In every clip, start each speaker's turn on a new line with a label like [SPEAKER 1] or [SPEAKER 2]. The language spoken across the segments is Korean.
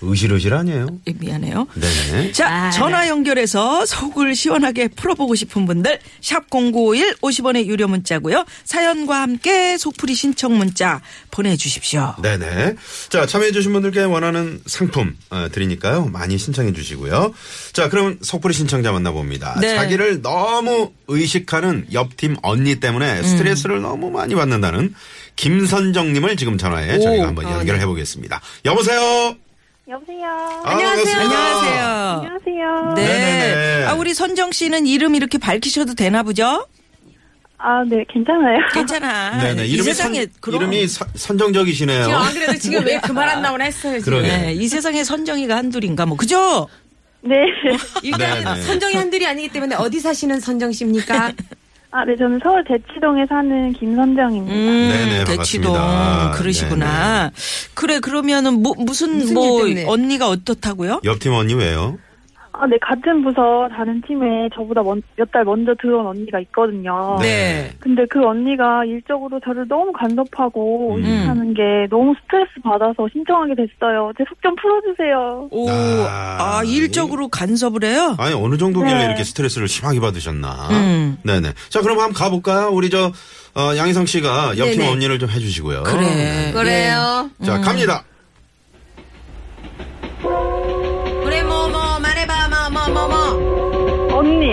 [SPEAKER 1] 으실으실 아니에요?
[SPEAKER 2] 예, 미안해요.
[SPEAKER 1] 네네.
[SPEAKER 2] 자,
[SPEAKER 3] 아,
[SPEAKER 2] 전화 연결해서 속을 시원하게 풀어보고 싶은 분들 샵 0951 50원의 유료 문자고요. 사연과 함께 속풀이 신청 문자 보내주십시오.
[SPEAKER 1] 네네. 자, 참여해주신 분들께 원하는 상품 어, 드리니까요. 많이 신청해주시고요. 자, 그럼 속풀이 신청자 만나봅니다.
[SPEAKER 2] 네.
[SPEAKER 1] 자기를 너무 의식하는 옆팀 언니
[SPEAKER 3] 음.
[SPEAKER 1] 때문에 스트레스를 너무 많이 받는다는 김선정님을 지금 전화에 저희가 한번
[SPEAKER 3] 아, 네.
[SPEAKER 1] 연결해보겠습니다. 여보세요?
[SPEAKER 4] 여보세요.
[SPEAKER 1] 아, 반갑습니다.
[SPEAKER 2] 안녕하세요.
[SPEAKER 4] 안녕하세요.
[SPEAKER 2] 네.
[SPEAKER 1] 네네네.
[SPEAKER 2] 아, 우리 선정 씨는 이름 이렇게 밝히셔도 되나 보죠?
[SPEAKER 4] 아, 네, 괜찮아요.
[SPEAKER 2] 괜찮아.
[SPEAKER 1] 네네.
[SPEAKER 2] 이
[SPEAKER 1] 이름이,
[SPEAKER 2] 세상에
[SPEAKER 1] 선,
[SPEAKER 2] 그런
[SPEAKER 1] 이름이 선- 선정적이시네요.
[SPEAKER 3] 지금 안 그래도 지금 왜 그 말 안 나오나 했어요, 지금.
[SPEAKER 1] 그러게.
[SPEAKER 2] 네, 이 세상에 선정이가 한둘인가 뭐 그죠?
[SPEAKER 4] 네.
[SPEAKER 3] 일단
[SPEAKER 1] 네, 네.
[SPEAKER 3] 선정이 한둘이 아니기 때문에 어디 사시는 선정 씨입니까?
[SPEAKER 4] 아, 네, 저는 서울 대치동에 사는 김선정입니다.
[SPEAKER 2] 음.
[SPEAKER 1] 네네,
[SPEAKER 2] 대치동
[SPEAKER 1] 반갑습니다.
[SPEAKER 2] 그러시구나. 그래 그러면은 뭐 무슨,
[SPEAKER 3] 무슨
[SPEAKER 2] 뭐
[SPEAKER 3] 일 때문에?
[SPEAKER 2] 언니가 어떻다고요?
[SPEAKER 1] 옆팀 언니 왜요?
[SPEAKER 4] 아, 네, 같은 부서 다른 팀에 저보다 몇 달 먼저 들어온 언니가 있거든요.
[SPEAKER 2] 네.
[SPEAKER 4] 근데 그 언니가 일적으로 저를 너무 간섭하고
[SPEAKER 1] 음.
[SPEAKER 4] 의식하는 게 너무 스트레스 받아서 신청하게 됐어요. 제 속 좀 풀어주세요.
[SPEAKER 2] 오,
[SPEAKER 1] 아,
[SPEAKER 2] 아, 일적으로 간섭을 해요?
[SPEAKER 1] 아니 어느 정도길래
[SPEAKER 4] 네.
[SPEAKER 1] 이렇게 스트레스를 심하게 받으셨나?
[SPEAKER 2] 음.
[SPEAKER 1] 네네. 자 그럼 한번 가볼까요? 우리 저 어, 양희성 씨가 옆팀
[SPEAKER 3] 네네.
[SPEAKER 1] 언니를 좀 해주시고요.
[SPEAKER 2] 그래.
[SPEAKER 3] 그래요.
[SPEAKER 1] 자 갑니다.
[SPEAKER 3] 그래, 뭐, 뭐, 말해봐, 뭐, 뭐, 뭐, 뭐.
[SPEAKER 4] 언니,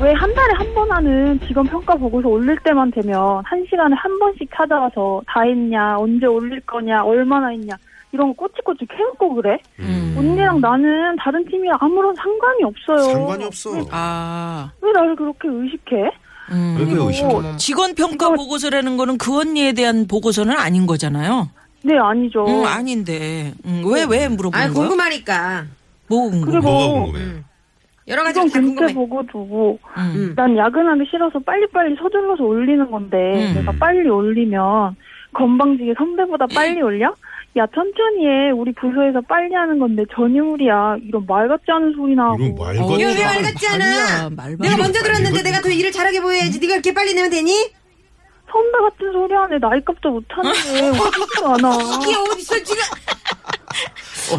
[SPEAKER 4] 왜 한 달에 한 번 하는 직원 평가 보고서 올릴 때만 되면 한 시간에 한 번씩 찾아와서 다 했냐, 언제 올릴 거냐, 얼마나 했냐 이런 거 꼬치꼬치 캐묻고 그래?
[SPEAKER 2] 예.
[SPEAKER 1] 음.
[SPEAKER 2] 음.
[SPEAKER 4] 언니랑 나는 다른 팀이랑 아무런 상관이 없어요.
[SPEAKER 1] 상관이 없어.
[SPEAKER 2] 아, 음.
[SPEAKER 4] 왜 나를 그렇게 의식해?
[SPEAKER 1] 왜 이렇게
[SPEAKER 4] 그리고
[SPEAKER 1] 의심해?
[SPEAKER 2] 직원 평가 보고서라는 거는 그 언니에 대한 보고서는 아닌 거잖아요.
[SPEAKER 4] 네 아니죠.
[SPEAKER 2] 음, 아닌데. 음, 왜, 왜 물어보는
[SPEAKER 3] 아,
[SPEAKER 2] 거예요?
[SPEAKER 3] 궁금하니까. 음.
[SPEAKER 2] 뭐 궁금.
[SPEAKER 4] 그리고
[SPEAKER 1] 뭐가 궁금해요?
[SPEAKER 3] 여러
[SPEAKER 1] 아,
[SPEAKER 3] 가지
[SPEAKER 4] 이건 뭐
[SPEAKER 3] 다
[SPEAKER 4] 근태
[SPEAKER 3] 궁금해.
[SPEAKER 4] 보고 두고
[SPEAKER 2] 음.
[SPEAKER 4] 난 야근하기 싫어서 빨리빨리 서둘러서 올리는 건데
[SPEAKER 2] 음.
[SPEAKER 4] 내가 빨리 올리면 건방지게 선배보다 빨리 올려? 야 천천히 해 우리 부서에서 빨리 하는 건데 전유물이야 이런 말 같지 않은 소리나 하고
[SPEAKER 1] 이런 말 같지
[SPEAKER 3] 이거 왜
[SPEAKER 1] 않은
[SPEAKER 3] 말 같지 않아?
[SPEAKER 2] 어, 아니야, 말
[SPEAKER 3] 내가 먼저
[SPEAKER 1] 이거-
[SPEAKER 3] 들었는데 내가 더 일을 잘하게
[SPEAKER 1] 음.
[SPEAKER 3] 보여야지. 네가 이렇게 빨리 내면 되니?
[SPEAKER 4] 선배 같은 소리 하네 나이값도 못하는데 어떻게 안 와?
[SPEAKER 3] 이게 어디서 지금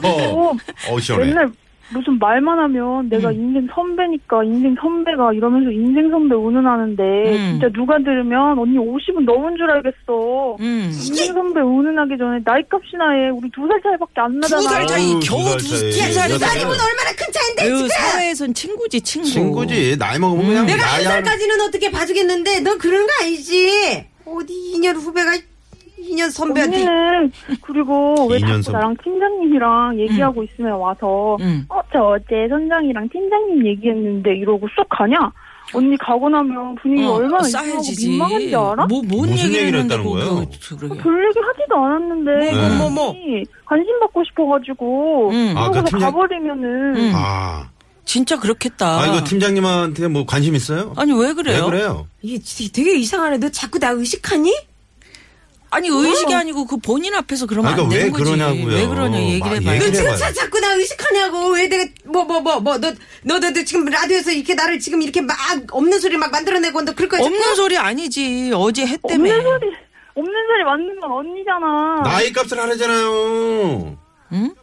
[SPEAKER 1] 어,
[SPEAKER 4] 어,
[SPEAKER 1] 어 시원해.
[SPEAKER 4] 맨날 무슨 말만 하면 내가
[SPEAKER 2] 음.
[SPEAKER 4] 인생 선배니까 인생 선배가 이러면서 인생 선배 운운하는데
[SPEAKER 2] 음.
[SPEAKER 4] 진짜 누가 들으면 언니 50은 넘은 줄 알겠어.
[SPEAKER 2] 음.
[SPEAKER 4] 인생 선배 운운하기 전에 나이값이나 해. 우리 두 살 차이밖에 안 나잖아.
[SPEAKER 2] 두 살 차이, 겨우 두 살 차이.
[SPEAKER 3] 두 살이면 얼마나 큰 차인데
[SPEAKER 2] 아유,
[SPEAKER 3] 지금
[SPEAKER 2] 네. 그 사회에선 친구지, 친구.
[SPEAKER 1] 친구지. 나이 먹으면 그냥
[SPEAKER 3] 음. 내가 한
[SPEAKER 1] 나야.
[SPEAKER 3] 살까지는 어떻게 봐주겠는데 넌 그런 거 아니지 어디 2년 후배가 2년 선배한테
[SPEAKER 4] 언니는 그리고 왜
[SPEAKER 1] 이년
[SPEAKER 4] 자꾸
[SPEAKER 1] 선-
[SPEAKER 4] 나랑 팀장님이랑 얘기하고 있으면 와서
[SPEAKER 2] 음.
[SPEAKER 4] 어 저 어제 선장이랑 팀장님 얘기했는데 이러고 쑥 가냐? 언니 가고 나면 분위기
[SPEAKER 2] 어,
[SPEAKER 4] 얼마나 음. 이상하고
[SPEAKER 2] 싸해지지.
[SPEAKER 4] 민망한지 알아?
[SPEAKER 2] 뭐,
[SPEAKER 4] 뭐
[SPEAKER 2] 뭔
[SPEAKER 1] 무슨
[SPEAKER 2] 얘기를
[SPEAKER 1] 얘기를
[SPEAKER 2] 했는데
[SPEAKER 1] 했다는 거예요?
[SPEAKER 2] 그, 그, 그,
[SPEAKER 4] 별 얘기 하지도 않았는데
[SPEAKER 2] 뭐, 뭐, 뭐, 뭐.
[SPEAKER 4] 언니 관심 받고 싶어가지고
[SPEAKER 2] 음.
[SPEAKER 1] 아,
[SPEAKER 4] 그러고서
[SPEAKER 1] 그 팀장-
[SPEAKER 4] 가버리면은
[SPEAKER 2] 음.
[SPEAKER 1] 아.
[SPEAKER 2] 진짜 그렇겠다.
[SPEAKER 1] 아, 이거 팀장님한테 뭐 관심 있어요?
[SPEAKER 2] 아니, 왜 그래요?
[SPEAKER 1] 왜 그래요?
[SPEAKER 3] 이게 진짜 되게 이상하네 너 자꾸 나 의식하니?
[SPEAKER 2] 아니, 의식이 아니고 그 본인 앞에서 그러면
[SPEAKER 1] 아, 그러니까
[SPEAKER 2] 안
[SPEAKER 1] 왜
[SPEAKER 2] 되는 거지.
[SPEAKER 1] 그러냐고요.
[SPEAKER 2] 왜 그러냐,
[SPEAKER 1] 막
[SPEAKER 2] 얘기를 해봐요.
[SPEAKER 3] 너
[SPEAKER 1] 얘기를
[SPEAKER 3] 지금
[SPEAKER 1] 해봐요.
[SPEAKER 3] 자, 자꾸 나 의식하냐고 왜 내가 뭐 뭐 뭐 뭐 너 너 너 지금 라디오에서 이렇게 나를 지금 이렇게 막 없는 소리 막 만들어내고 너 그럴 거야 자꾸?
[SPEAKER 2] 없는 소리 아니지. 어제 했다며.
[SPEAKER 4] 없는 소리 없는 소리 맞는 건 언니잖아.
[SPEAKER 1] 나이 값을 하라잖아요.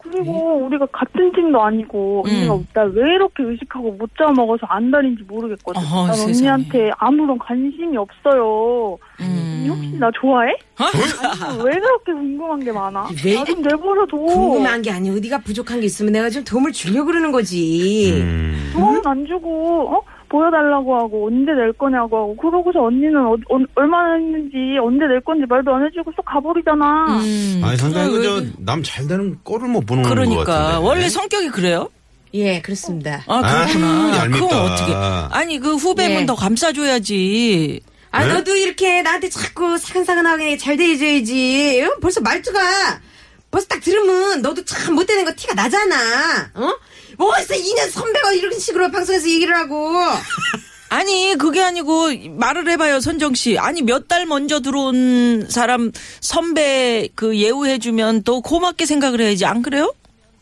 [SPEAKER 4] 그리고
[SPEAKER 3] 예?
[SPEAKER 4] 우리가 같은 팀도 아니고 언니가
[SPEAKER 2] 음.
[SPEAKER 4] 나 왜 이렇게 의식하고 못 잡아먹어서 안 다닌지 모르겠거든.
[SPEAKER 2] 어허,
[SPEAKER 4] 난
[SPEAKER 2] 세상에.
[SPEAKER 4] 언니한테 아무런 관심이 없어요.
[SPEAKER 3] 음.
[SPEAKER 4] 언니 혹시 나 좋아해? 아니, 왜 그렇게 궁금한 게 많아?
[SPEAKER 3] 어? 왜?
[SPEAKER 4] 나 좀 내버려둬.
[SPEAKER 3] 궁금한 게 아니야 네가 부족한 게 있으면 내가 좀 도움을 주려고 그러는 거지
[SPEAKER 1] 음.
[SPEAKER 4] 돈은 안 주고 어? 보여달라고 하고 언제 낼 거냐고 하고 그러고서 언니는 어, 어- 얼마나 했는지 언제 낼 건지 말도 안 해주고 쏙 가버리잖아.
[SPEAKER 2] 음.
[SPEAKER 1] 아니, 상당히
[SPEAKER 2] 왜
[SPEAKER 1] 그 저 남 잘 되는 꼴을 못 보는 것
[SPEAKER 2] 그러니까.
[SPEAKER 1] 같은데. 네.
[SPEAKER 2] 원래 성격이 그래요?
[SPEAKER 3] 예 그렇습니다
[SPEAKER 2] 아,
[SPEAKER 1] 아,
[SPEAKER 2] 그렇구나.
[SPEAKER 1] 얄밉다.
[SPEAKER 2] 그건 어떻게. 아니, 그 후배분
[SPEAKER 3] 예.
[SPEAKER 2] 더 감싸줘야지.
[SPEAKER 3] 아
[SPEAKER 1] 네?
[SPEAKER 3] 너도 이렇게 나한테 자꾸 사근사근하게 잘 대해줘야지 어? 벌써 말투가 벌써 딱 들으면 너도 참 못되는 거 티가 나잖아 어? 뭐 벌써 2년 선배가 이런 식으로 방송에서 얘기를 하고
[SPEAKER 2] 아니 그게 아니고 말을 해봐요 선정 씨. 아니 몇 달 먼저 들어온 사람 선배 그 예우해주면 또 고맙게 생각을 해야지 안 그래요?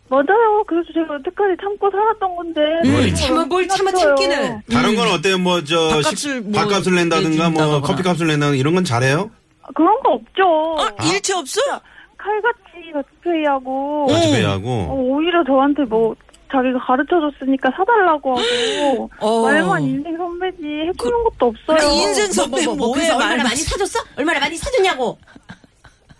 [SPEAKER 4] 맞아요. 그래서 제가 여태까지 참고 살았던 건데.
[SPEAKER 1] 뭘
[SPEAKER 3] 음. 참아 뭘 참아 참기는
[SPEAKER 2] 음.
[SPEAKER 1] 다른 건 어때요? 뭐, 저,
[SPEAKER 2] 밥값을
[SPEAKER 1] 식-
[SPEAKER 2] 뭐
[SPEAKER 1] 밥값을 낸다든가, 뭐,
[SPEAKER 2] 내준다거나.
[SPEAKER 1] 커피값을 낸다든가, 이런 건 잘해요?
[SPEAKER 4] 그런 거 없죠.
[SPEAKER 2] 일체 없어?
[SPEAKER 4] 칼같이 같이 페이하고
[SPEAKER 1] 같이
[SPEAKER 4] 어,
[SPEAKER 1] 배하고
[SPEAKER 4] 오히려 저한테 뭐 자기가 가르쳐줬으니까 사달라고 하고
[SPEAKER 2] 어.
[SPEAKER 4] 말만 인생 선배지 해주는 것도 없어요.
[SPEAKER 2] 아, 인생
[SPEAKER 3] 뭐,
[SPEAKER 2] 선배
[SPEAKER 3] 뭐, 뭐,
[SPEAKER 2] 뭐해
[SPEAKER 3] 그래서 얼마나
[SPEAKER 2] 말
[SPEAKER 3] 많이 사줬어? 얼마나 많이 사줬냐고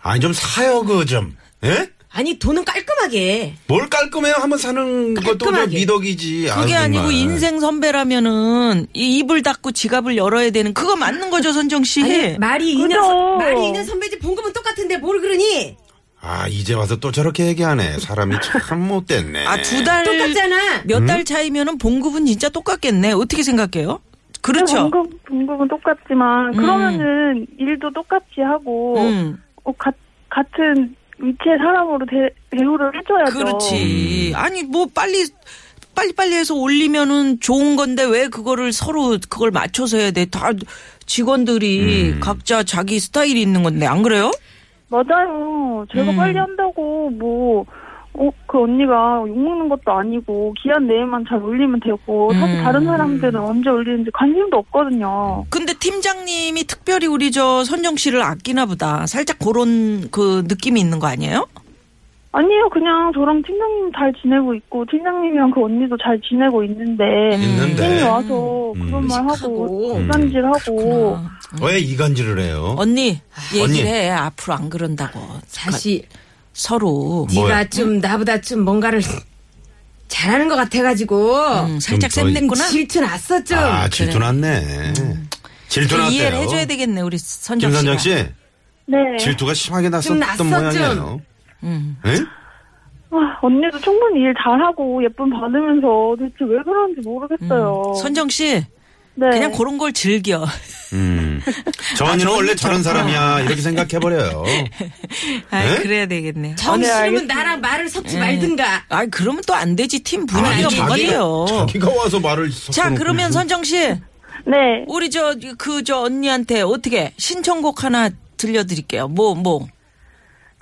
[SPEAKER 1] 아니, 좀 사요, 그 좀. 예?
[SPEAKER 3] 아니 돈은 깔끔하게
[SPEAKER 1] 뭘 깔끔해요? 한번 사는 것도 좀
[SPEAKER 3] 깔끔하게.
[SPEAKER 1] 미덕이지. 아유,
[SPEAKER 2] 그게 아니고
[SPEAKER 1] 정말.
[SPEAKER 2] 인생 선배라면은 이 입을 닫고 지갑을 열어야 되는 그거 맞는 거죠 선정 씨.
[SPEAKER 3] 아니, 말이 있는
[SPEAKER 4] 그죠.
[SPEAKER 3] 선- 말이 있는 선배지 봉급은 똑같은데 뭘 그러니
[SPEAKER 1] 아, 이제 와서 또 저렇게 얘기하네. 사람이 참 못됐네.
[SPEAKER 2] 아 두 달 몇 달
[SPEAKER 3] 똑같잖아
[SPEAKER 1] 음?
[SPEAKER 2] 차이면은 봉급은 진짜 똑같겠네. 어떻게 생각해요? 그렇죠.
[SPEAKER 4] 봉급, 봉급은 똑같지만 그러면은 일도 똑같이 하고
[SPEAKER 2] 음,
[SPEAKER 4] 어, 가- 같은 위치의 사람으로 대, 대우를 해줘야죠.
[SPEAKER 1] 음.
[SPEAKER 2] 그렇지. 아니 뭐 빨리 빨리 빨리 해서 올리면은 좋은 건데 왜 그거를 서로 그걸 맞춰서 해야 돼? 다 직원들이
[SPEAKER 1] 음.
[SPEAKER 2] 각자 자기 스타일이 있는 건데 안 그래요?
[SPEAKER 4] 맞아요. 제가 빨리 한다고 뭐. 어, 그 언니가 욕먹는 것도 아니고, 기한 내에만 잘 올리면 되고, 사실 다른 사람들은 언제 올리는지 관심도 없거든요.
[SPEAKER 2] 근데 팀장님이 특별히 우리 저 선정 씨를 아끼나 보다. 살짝 그런 그 느낌이 있는 거 아니에요?
[SPEAKER 4] 아니에요. 그냥 저랑 팀장님 잘 지내고 있고 팀장님이랑 그 언니도 잘 지내고 있는데
[SPEAKER 1] 있는데.
[SPEAKER 4] 팀이 와서
[SPEAKER 1] 음.
[SPEAKER 4] 그런 말 하고
[SPEAKER 1] 음.
[SPEAKER 4] 이간질하고
[SPEAKER 1] 왜 이간질을 해요?
[SPEAKER 2] 언니 얘기를
[SPEAKER 1] 언니.
[SPEAKER 2] 해. 앞으로 안 그런다고.
[SPEAKER 3] 다시
[SPEAKER 2] 서로
[SPEAKER 1] 뭐야?
[SPEAKER 3] 네가 좀 나보다 좀 뭔가를 잘하는 것 같아가지고
[SPEAKER 2] 음, 살짝
[SPEAKER 1] 좀 더-
[SPEAKER 2] 샘냈구나.
[SPEAKER 3] 질투 났어 좀
[SPEAKER 1] 아, 질투났네. 질투났대요.
[SPEAKER 2] 음. 그 이해를 해줘야 되겠네 우리 선정 씨가.
[SPEAKER 1] 김선정 씨,
[SPEAKER 4] 네.
[SPEAKER 1] 질투가 심하게
[SPEAKER 3] 좀 났어,
[SPEAKER 1] 났었던 모양이에요.
[SPEAKER 2] 음.
[SPEAKER 1] 예?
[SPEAKER 4] 아, 언니도 충분히 일 잘하고 예쁨 받으면서 도대체 왜 그러는지 모르겠어요.
[SPEAKER 2] 음. 선정 씨
[SPEAKER 4] 네.
[SPEAKER 2] 그냥 그런 걸 즐겨.
[SPEAKER 1] 음. 저 언니는 원래 저런 사람이야. 이렇게 생각해버려요.
[SPEAKER 2] 아,
[SPEAKER 1] 네?
[SPEAKER 2] 그래야 되겠네.
[SPEAKER 3] 정신이면 나랑 말을 섞지 말든가
[SPEAKER 2] 아, 그러면 또 안 되지. 팀
[SPEAKER 1] 아니,
[SPEAKER 2] 분위기가 뭐가 돼요.
[SPEAKER 1] 자기가 와서 말을
[SPEAKER 2] 자,
[SPEAKER 1] 섞어놓고
[SPEAKER 2] 그러면 선정 씨,
[SPEAKER 4] 네.
[SPEAKER 2] 우리 저 그 저 언니한테 어떻게 신청곡 하나 들려드릴게요. 뭐 뭐.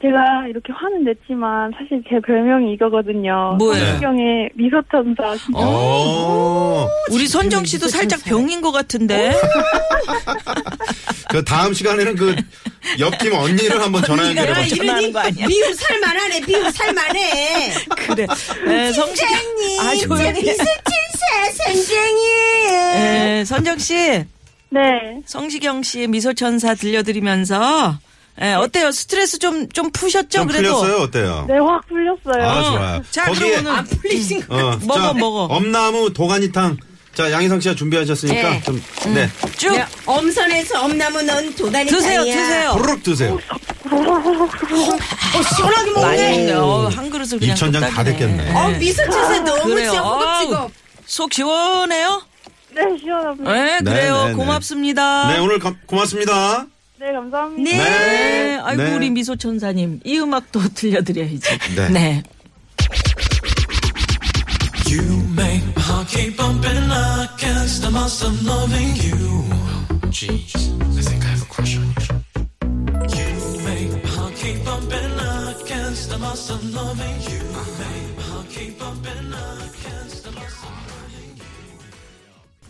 [SPEAKER 4] 제가 이렇게 화는 냈지만 사실 제 별명이 이거거든요.
[SPEAKER 2] 뭐예요? 어?
[SPEAKER 4] 성경의 미소천사. 진짜
[SPEAKER 1] 어.
[SPEAKER 2] 우리 선정 씨도 살짝 병인 것 같은데.
[SPEAKER 1] 그 다음 시간에는 그 옆팀 언니를 한번 전화
[SPEAKER 2] 내가
[SPEAKER 1] 연결해보자.
[SPEAKER 2] 전화하는 거 아니야?
[SPEAKER 5] 미움 살만하네, 미움 살만해.
[SPEAKER 2] 그래. 에, 성씨.
[SPEAKER 5] 쟁이,
[SPEAKER 2] 아, 조용히. 해.
[SPEAKER 5] 미술칠세 선생이에요.
[SPEAKER 3] 예.
[SPEAKER 2] 에, 네, 선정 씨,
[SPEAKER 4] 네.
[SPEAKER 2] 성시경 씨 미소천사 들려드리면서, 에, 어때요? 스트레스 좀, 좀 푸셨죠?
[SPEAKER 1] 네. 좀
[SPEAKER 2] 그래도.
[SPEAKER 1] 풀렸어요? 어때요?
[SPEAKER 4] 네, 확 풀렸어요.
[SPEAKER 1] 아, 좋아요.
[SPEAKER 2] 자,
[SPEAKER 1] 거기에-
[SPEAKER 2] 그럼 오늘. 안 풀리신
[SPEAKER 1] 어,
[SPEAKER 2] 먹어,
[SPEAKER 1] 자,
[SPEAKER 2] 먹어.
[SPEAKER 1] 엄나무 도가니탕. 자, 양희성 씨가 준비하셨으니까
[SPEAKER 5] 네.
[SPEAKER 1] 좀,
[SPEAKER 2] 음.
[SPEAKER 1] 네.
[SPEAKER 2] 쭉
[SPEAKER 5] 야, 엄선에서 엄나무 넌 도다리
[SPEAKER 2] 드세요,
[SPEAKER 5] 땅이야.
[SPEAKER 2] 드세요.
[SPEAKER 1] 부르륵 드세요.
[SPEAKER 5] 어, 시원하게
[SPEAKER 2] 많이
[SPEAKER 5] 먹네.
[SPEAKER 2] 먹네. 어, 한 그릇을 그냥.
[SPEAKER 1] 2천 장다
[SPEAKER 2] 뚝딱이네.
[SPEAKER 1] 됐겠네.
[SPEAKER 5] 어, 미술칠세 너무
[SPEAKER 2] 그래요.
[SPEAKER 5] 진짜 허겁지겁.
[SPEAKER 2] 아우, 속 시원해요?
[SPEAKER 4] 네, 시원합니다. 네,
[SPEAKER 2] 네,
[SPEAKER 1] 네,
[SPEAKER 2] 그래요.
[SPEAKER 1] 네, 네.
[SPEAKER 2] 고맙습니다.
[SPEAKER 1] 네, 오늘 감- 고맙습니다.
[SPEAKER 4] 감사합니다.
[SPEAKER 2] 네.
[SPEAKER 1] 네.
[SPEAKER 2] 아이고
[SPEAKER 1] 네.
[SPEAKER 2] 우리 미소 천사님 이 음악도 들려드려야지.
[SPEAKER 1] 네.
[SPEAKER 2] 네.
[SPEAKER 6] You make my heart keep bumping. I can't stop myself loving you. Jeez, I think I have a crush on you. You make my heart keep bumping. I can't stop myself loving you. You make my heart keep bumping. I can't stop myself.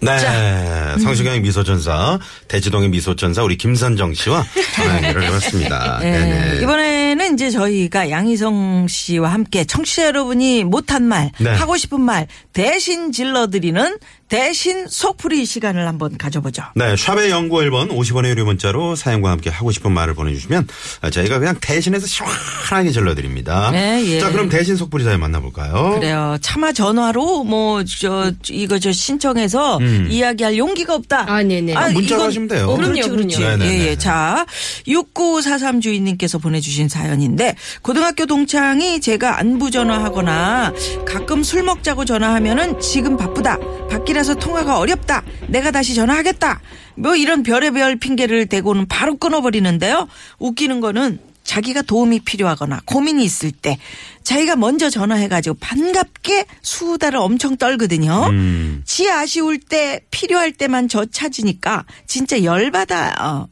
[SPEAKER 1] 네. 성시경의 미소천사, 대치동의 미소천사, 우리 김선정 씨와 전화 연결을 해봤습니다.
[SPEAKER 2] 네.
[SPEAKER 1] 네네.
[SPEAKER 2] 이번에는 이제 저희가 양희성 씨와 함께 청취자 여러분이 못한 말,
[SPEAKER 1] 네.
[SPEAKER 2] 하고 싶은 말 대신 질러드리는 대신 속풀이 시간을 한번 가져보죠.
[SPEAKER 1] 네, 샵의 연구 1번 50원의 유료 문자로 사연과 함께 하고 싶은 말을 보내주시면 저희가 그냥 대신해서 시원하게 질러드립니다.
[SPEAKER 2] 네, 예.
[SPEAKER 1] 자, 그럼 대신 속풀이 사연 만나볼까요?
[SPEAKER 2] 그래요. 차마 전화로 뭐 저 이거 저 신청해서 이야기할 용기가 없다.
[SPEAKER 3] 아, 네네.
[SPEAKER 1] 아, 문자로 하시면 돼요. 그렇죠,
[SPEAKER 2] 어, 그렇지,
[SPEAKER 3] 그럼요,
[SPEAKER 2] 그렇지.
[SPEAKER 1] 그럼요. 네네네.
[SPEAKER 2] 예, 예. 자, 6943 주인님께서 보내주신 사연인데 고등학교 동창이 제가 안부 전화하거나 가끔 술 먹자고 전화하면은 지금 바쁘다. 밖이라서 통화가 어렵다. 내가 다시 전화하겠다. 뭐 이런 별의별 핑계를 대고는 바로 끊어버리는데요. 웃기는 거는 자기가 도움이 필요하거나 고민이 있을 때 자기가 먼저 전화해가지고 반갑게 수다를 엄청 떨거든요.
[SPEAKER 1] 음.
[SPEAKER 2] 지 아쉬울 때 필요할 때만 저 찾으니까 진짜 열받아요. 어.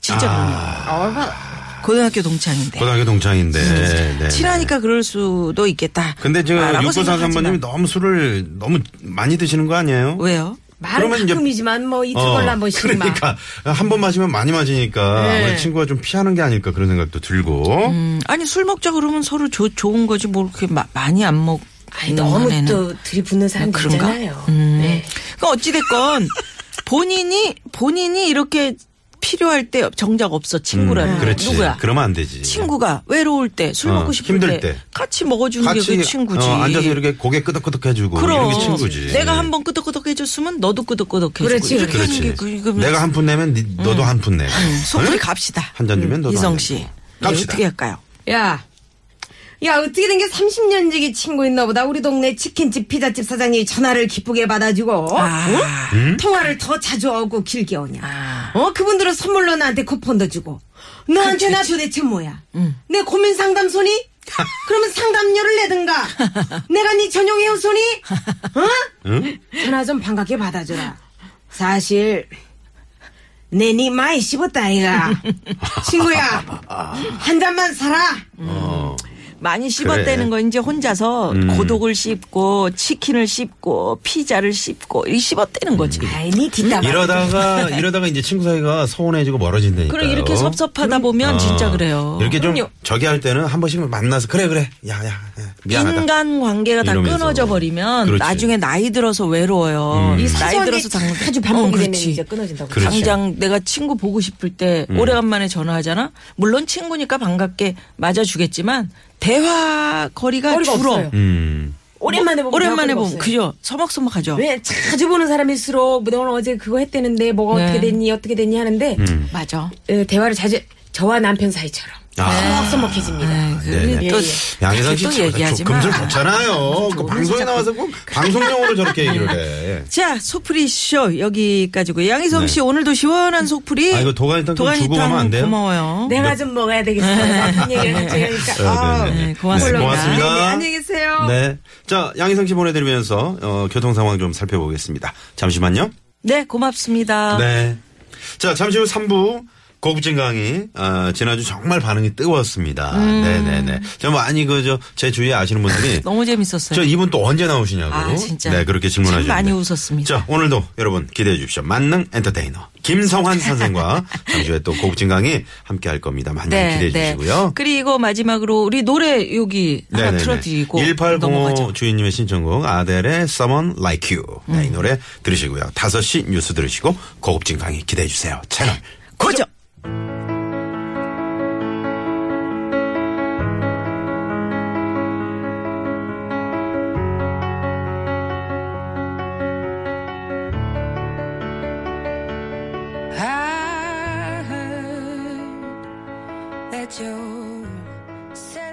[SPEAKER 2] 진짜 열받아. 고등학교 동창인데.
[SPEAKER 1] 아. 고등학교 동창인데. 네.
[SPEAKER 2] 친하니까 그럴 수도 있겠다.
[SPEAKER 1] 근데 지금
[SPEAKER 2] 아, 라고
[SPEAKER 1] 6943번님이
[SPEAKER 2] 생각하지만.
[SPEAKER 1] 너무 술을 너무 많이 드시는 거 아니에요?
[SPEAKER 2] 왜요?
[SPEAKER 3] 말은
[SPEAKER 1] 그러면 이제-
[SPEAKER 3] 가끔이지만 뭐 이틀
[SPEAKER 1] 어,
[SPEAKER 3] 걸로 한 번씩 막.
[SPEAKER 1] 그러니까 한 번 마시면 많이 마시니까
[SPEAKER 3] 네.
[SPEAKER 1] 아무래도 친구가 좀 피하는 게 아닐까 그런 생각도 들고.
[SPEAKER 2] 음, 아니 술 먹자 그러면 서로 조, 좋은 거지 뭐 그렇게 마- 많이 안 먹.
[SPEAKER 3] 아니, 너무
[SPEAKER 2] 음,
[SPEAKER 3] 또 들이붓는 사람들
[SPEAKER 2] 네, 그런가?
[SPEAKER 3] 있잖아요.
[SPEAKER 2] 음.
[SPEAKER 3] 네.
[SPEAKER 2] 그러니까 어찌됐건 본인이 본인이 이렇게 필요할 때 정작 없어 친구라는
[SPEAKER 1] 음, 그렇지.
[SPEAKER 2] 누구야?
[SPEAKER 1] 그러면 안 되지.
[SPEAKER 2] 친구가 외로울 때 술
[SPEAKER 1] 어,
[SPEAKER 2] 먹고 싶을
[SPEAKER 1] 힘들
[SPEAKER 2] 때,
[SPEAKER 1] 때.
[SPEAKER 2] 같이 먹어주는 게 그 친구지.
[SPEAKER 1] 어, 앉아서 이렇게 고개 끄덕끄덕 해주고
[SPEAKER 2] 그럼
[SPEAKER 1] 이런 게 친구지.
[SPEAKER 2] 내가 한 번 끄덕끄덕 해줬으면 너도 끄덕끄덕 해주고
[SPEAKER 3] 그렇지,
[SPEAKER 2] 이렇게 하는
[SPEAKER 1] 그렇지.
[SPEAKER 2] 게 그- 이거면 음.
[SPEAKER 1] 내가 한 푼 내면 니- 너도 한 푼 내.
[SPEAKER 2] 속풀이 갑시다. 음,
[SPEAKER 1] 한 잔 주면 너도 안
[SPEAKER 2] 이성
[SPEAKER 1] 내.
[SPEAKER 2] 씨
[SPEAKER 1] 갑시다.
[SPEAKER 2] 어떻게 할까요?
[SPEAKER 3] 야. 야, 어떻게 된 게 30년 지기 친구 있나 보다. 우리 동네 치킨집, 피자집 사장님이 전화를 기쁘게 받아주고,
[SPEAKER 2] 아.
[SPEAKER 3] 어? 통화를 더 자주 하고 길게 오냐. 어, 그분들은 선물로 나한테 쿠폰도 주고, 너한테 나 도대체 뭐야? 내 고민 상담소니? 그러면 상담료를 내든가. 내가 네 전용 해우소니? 어? 전화 좀 반갑게 받아줘라. 사실, 내니 많이 씹었다, 아이가. 친구야, 한 잔만 사라.
[SPEAKER 1] 어.
[SPEAKER 2] 많이 씹었다는
[SPEAKER 1] 그래. 음.
[SPEAKER 2] 건 이제 혼자서 고독을 씹고 치킨을 씹고 피자를 씹고 이 씹었다는 거지.
[SPEAKER 1] 음.
[SPEAKER 3] 아이, 니 뒷담화.
[SPEAKER 1] 이러다가 이러다가 이제 친구 사이가 서운해지고 멀어진다니까.
[SPEAKER 2] 그럼 이렇게 섭섭하다 보면 진짜 그래요.
[SPEAKER 1] 음. 이렇게 좀
[SPEAKER 2] 그럼요.
[SPEAKER 1] 저기 할 때는 한 번씩 만나서 그래 그래 야야 미안하다.
[SPEAKER 2] 인간 관계가 다
[SPEAKER 1] 이러면서.
[SPEAKER 2] 끊어져 버리면
[SPEAKER 1] 그렇지. 음.
[SPEAKER 2] 나중에 나이 들어서 외로워요.
[SPEAKER 3] 이
[SPEAKER 2] 나이
[SPEAKER 3] 사정이
[SPEAKER 2] 들어서 당-
[SPEAKER 3] 자주 반복이
[SPEAKER 2] 어,
[SPEAKER 3] 되면
[SPEAKER 2] 그렇지.
[SPEAKER 3] 음, 이제 끊어진다고.
[SPEAKER 1] 그렇지. 음.
[SPEAKER 2] 당장 내가 친구 보고 싶을 때 오래간만에 전화하잖아. 물론 친구니까 반갑게 맞아주겠지만 대화 거리가
[SPEAKER 3] 거리가
[SPEAKER 2] 줄어.
[SPEAKER 3] 없어요.
[SPEAKER 1] 음.
[SPEAKER 3] 오랜만에 보면
[SPEAKER 2] 오랜만에
[SPEAKER 3] 대화거리가
[SPEAKER 2] 보면
[SPEAKER 3] 없어요.
[SPEAKER 2] 그죠? 서먹서먹하죠.
[SPEAKER 3] 왜 자주 보는 사람일수록 너는 어제 그거 했대는데 뭐가
[SPEAKER 2] 네.
[SPEAKER 3] 어떻게 됐니 어떻게 됐니 하는데
[SPEAKER 2] 맞아.
[SPEAKER 3] 에, 대화를 자주 저와 남편 사이처럼
[SPEAKER 1] 아.
[SPEAKER 3] 서먹서먹해집니다.
[SPEAKER 2] 그
[SPEAKER 1] 네,
[SPEAKER 2] 또
[SPEAKER 1] 양희선 씨
[SPEAKER 2] 그렇게 또 얘기하지 마.
[SPEAKER 1] 금술 좋잖아요. 그 방송에 나와서 꼭 방송용으로 저렇게 얘기를 해.
[SPEAKER 2] 자, 소프리 쇼 여기까지고 양희성 씨 오늘도 시원한 소프리.
[SPEAKER 1] 네. 아, 이거 도가니탕 좀 주고 가면 안 돼요?
[SPEAKER 2] 고마워요.
[SPEAKER 3] 내가 좀 먹어야 되겠어. 그런 얘기를 같이 하니까 아,
[SPEAKER 1] 네, 네, 네.
[SPEAKER 2] 네, 고맙습니다.
[SPEAKER 1] 네, 고맙습니다.
[SPEAKER 3] 네, 안녕히 계세요.
[SPEAKER 1] 네. 자, 양희성 씨 보내드리면서 어, 교통 상황 좀 살펴보겠습니다. 잠시만요.
[SPEAKER 2] 네, 고맙습니다.
[SPEAKER 1] 네. 자, 잠시 후 3부 고급진 강의 아, 지난주 정말 반응이 뜨거웠습니다. 네네네. 저 많이 그저제 주위에 아시는 분들이
[SPEAKER 2] 음. 너무 재밌었어요.
[SPEAKER 1] 저 이분 또 언제 나오시냐고.
[SPEAKER 2] 아, 진짜.
[SPEAKER 1] 네 그렇게
[SPEAKER 2] 참
[SPEAKER 1] 질문하셨는데.
[SPEAKER 2] 많이 웃었습니다.
[SPEAKER 1] 자 오늘도 여러분 기대해 주십시오. 만능 엔터테이너 김성환 선생과 잠시 후에 또 고급진 강의 함께 할 겁니다. 많이 기대해 주시고요.
[SPEAKER 2] 네,
[SPEAKER 1] 네,
[SPEAKER 2] 그리고 마지막으로 우리 노래 여기 하나 틀어드리고
[SPEAKER 1] 1805
[SPEAKER 2] 넘어가죠.
[SPEAKER 1] 주인님의 신청곡 아델의 Someone Like You 네, 이 노래 들으시고요. 5시 뉴스 들으시고 고급진 강의 기대해 주세요. 채널
[SPEAKER 2] 고정.
[SPEAKER 7] I heard that you're set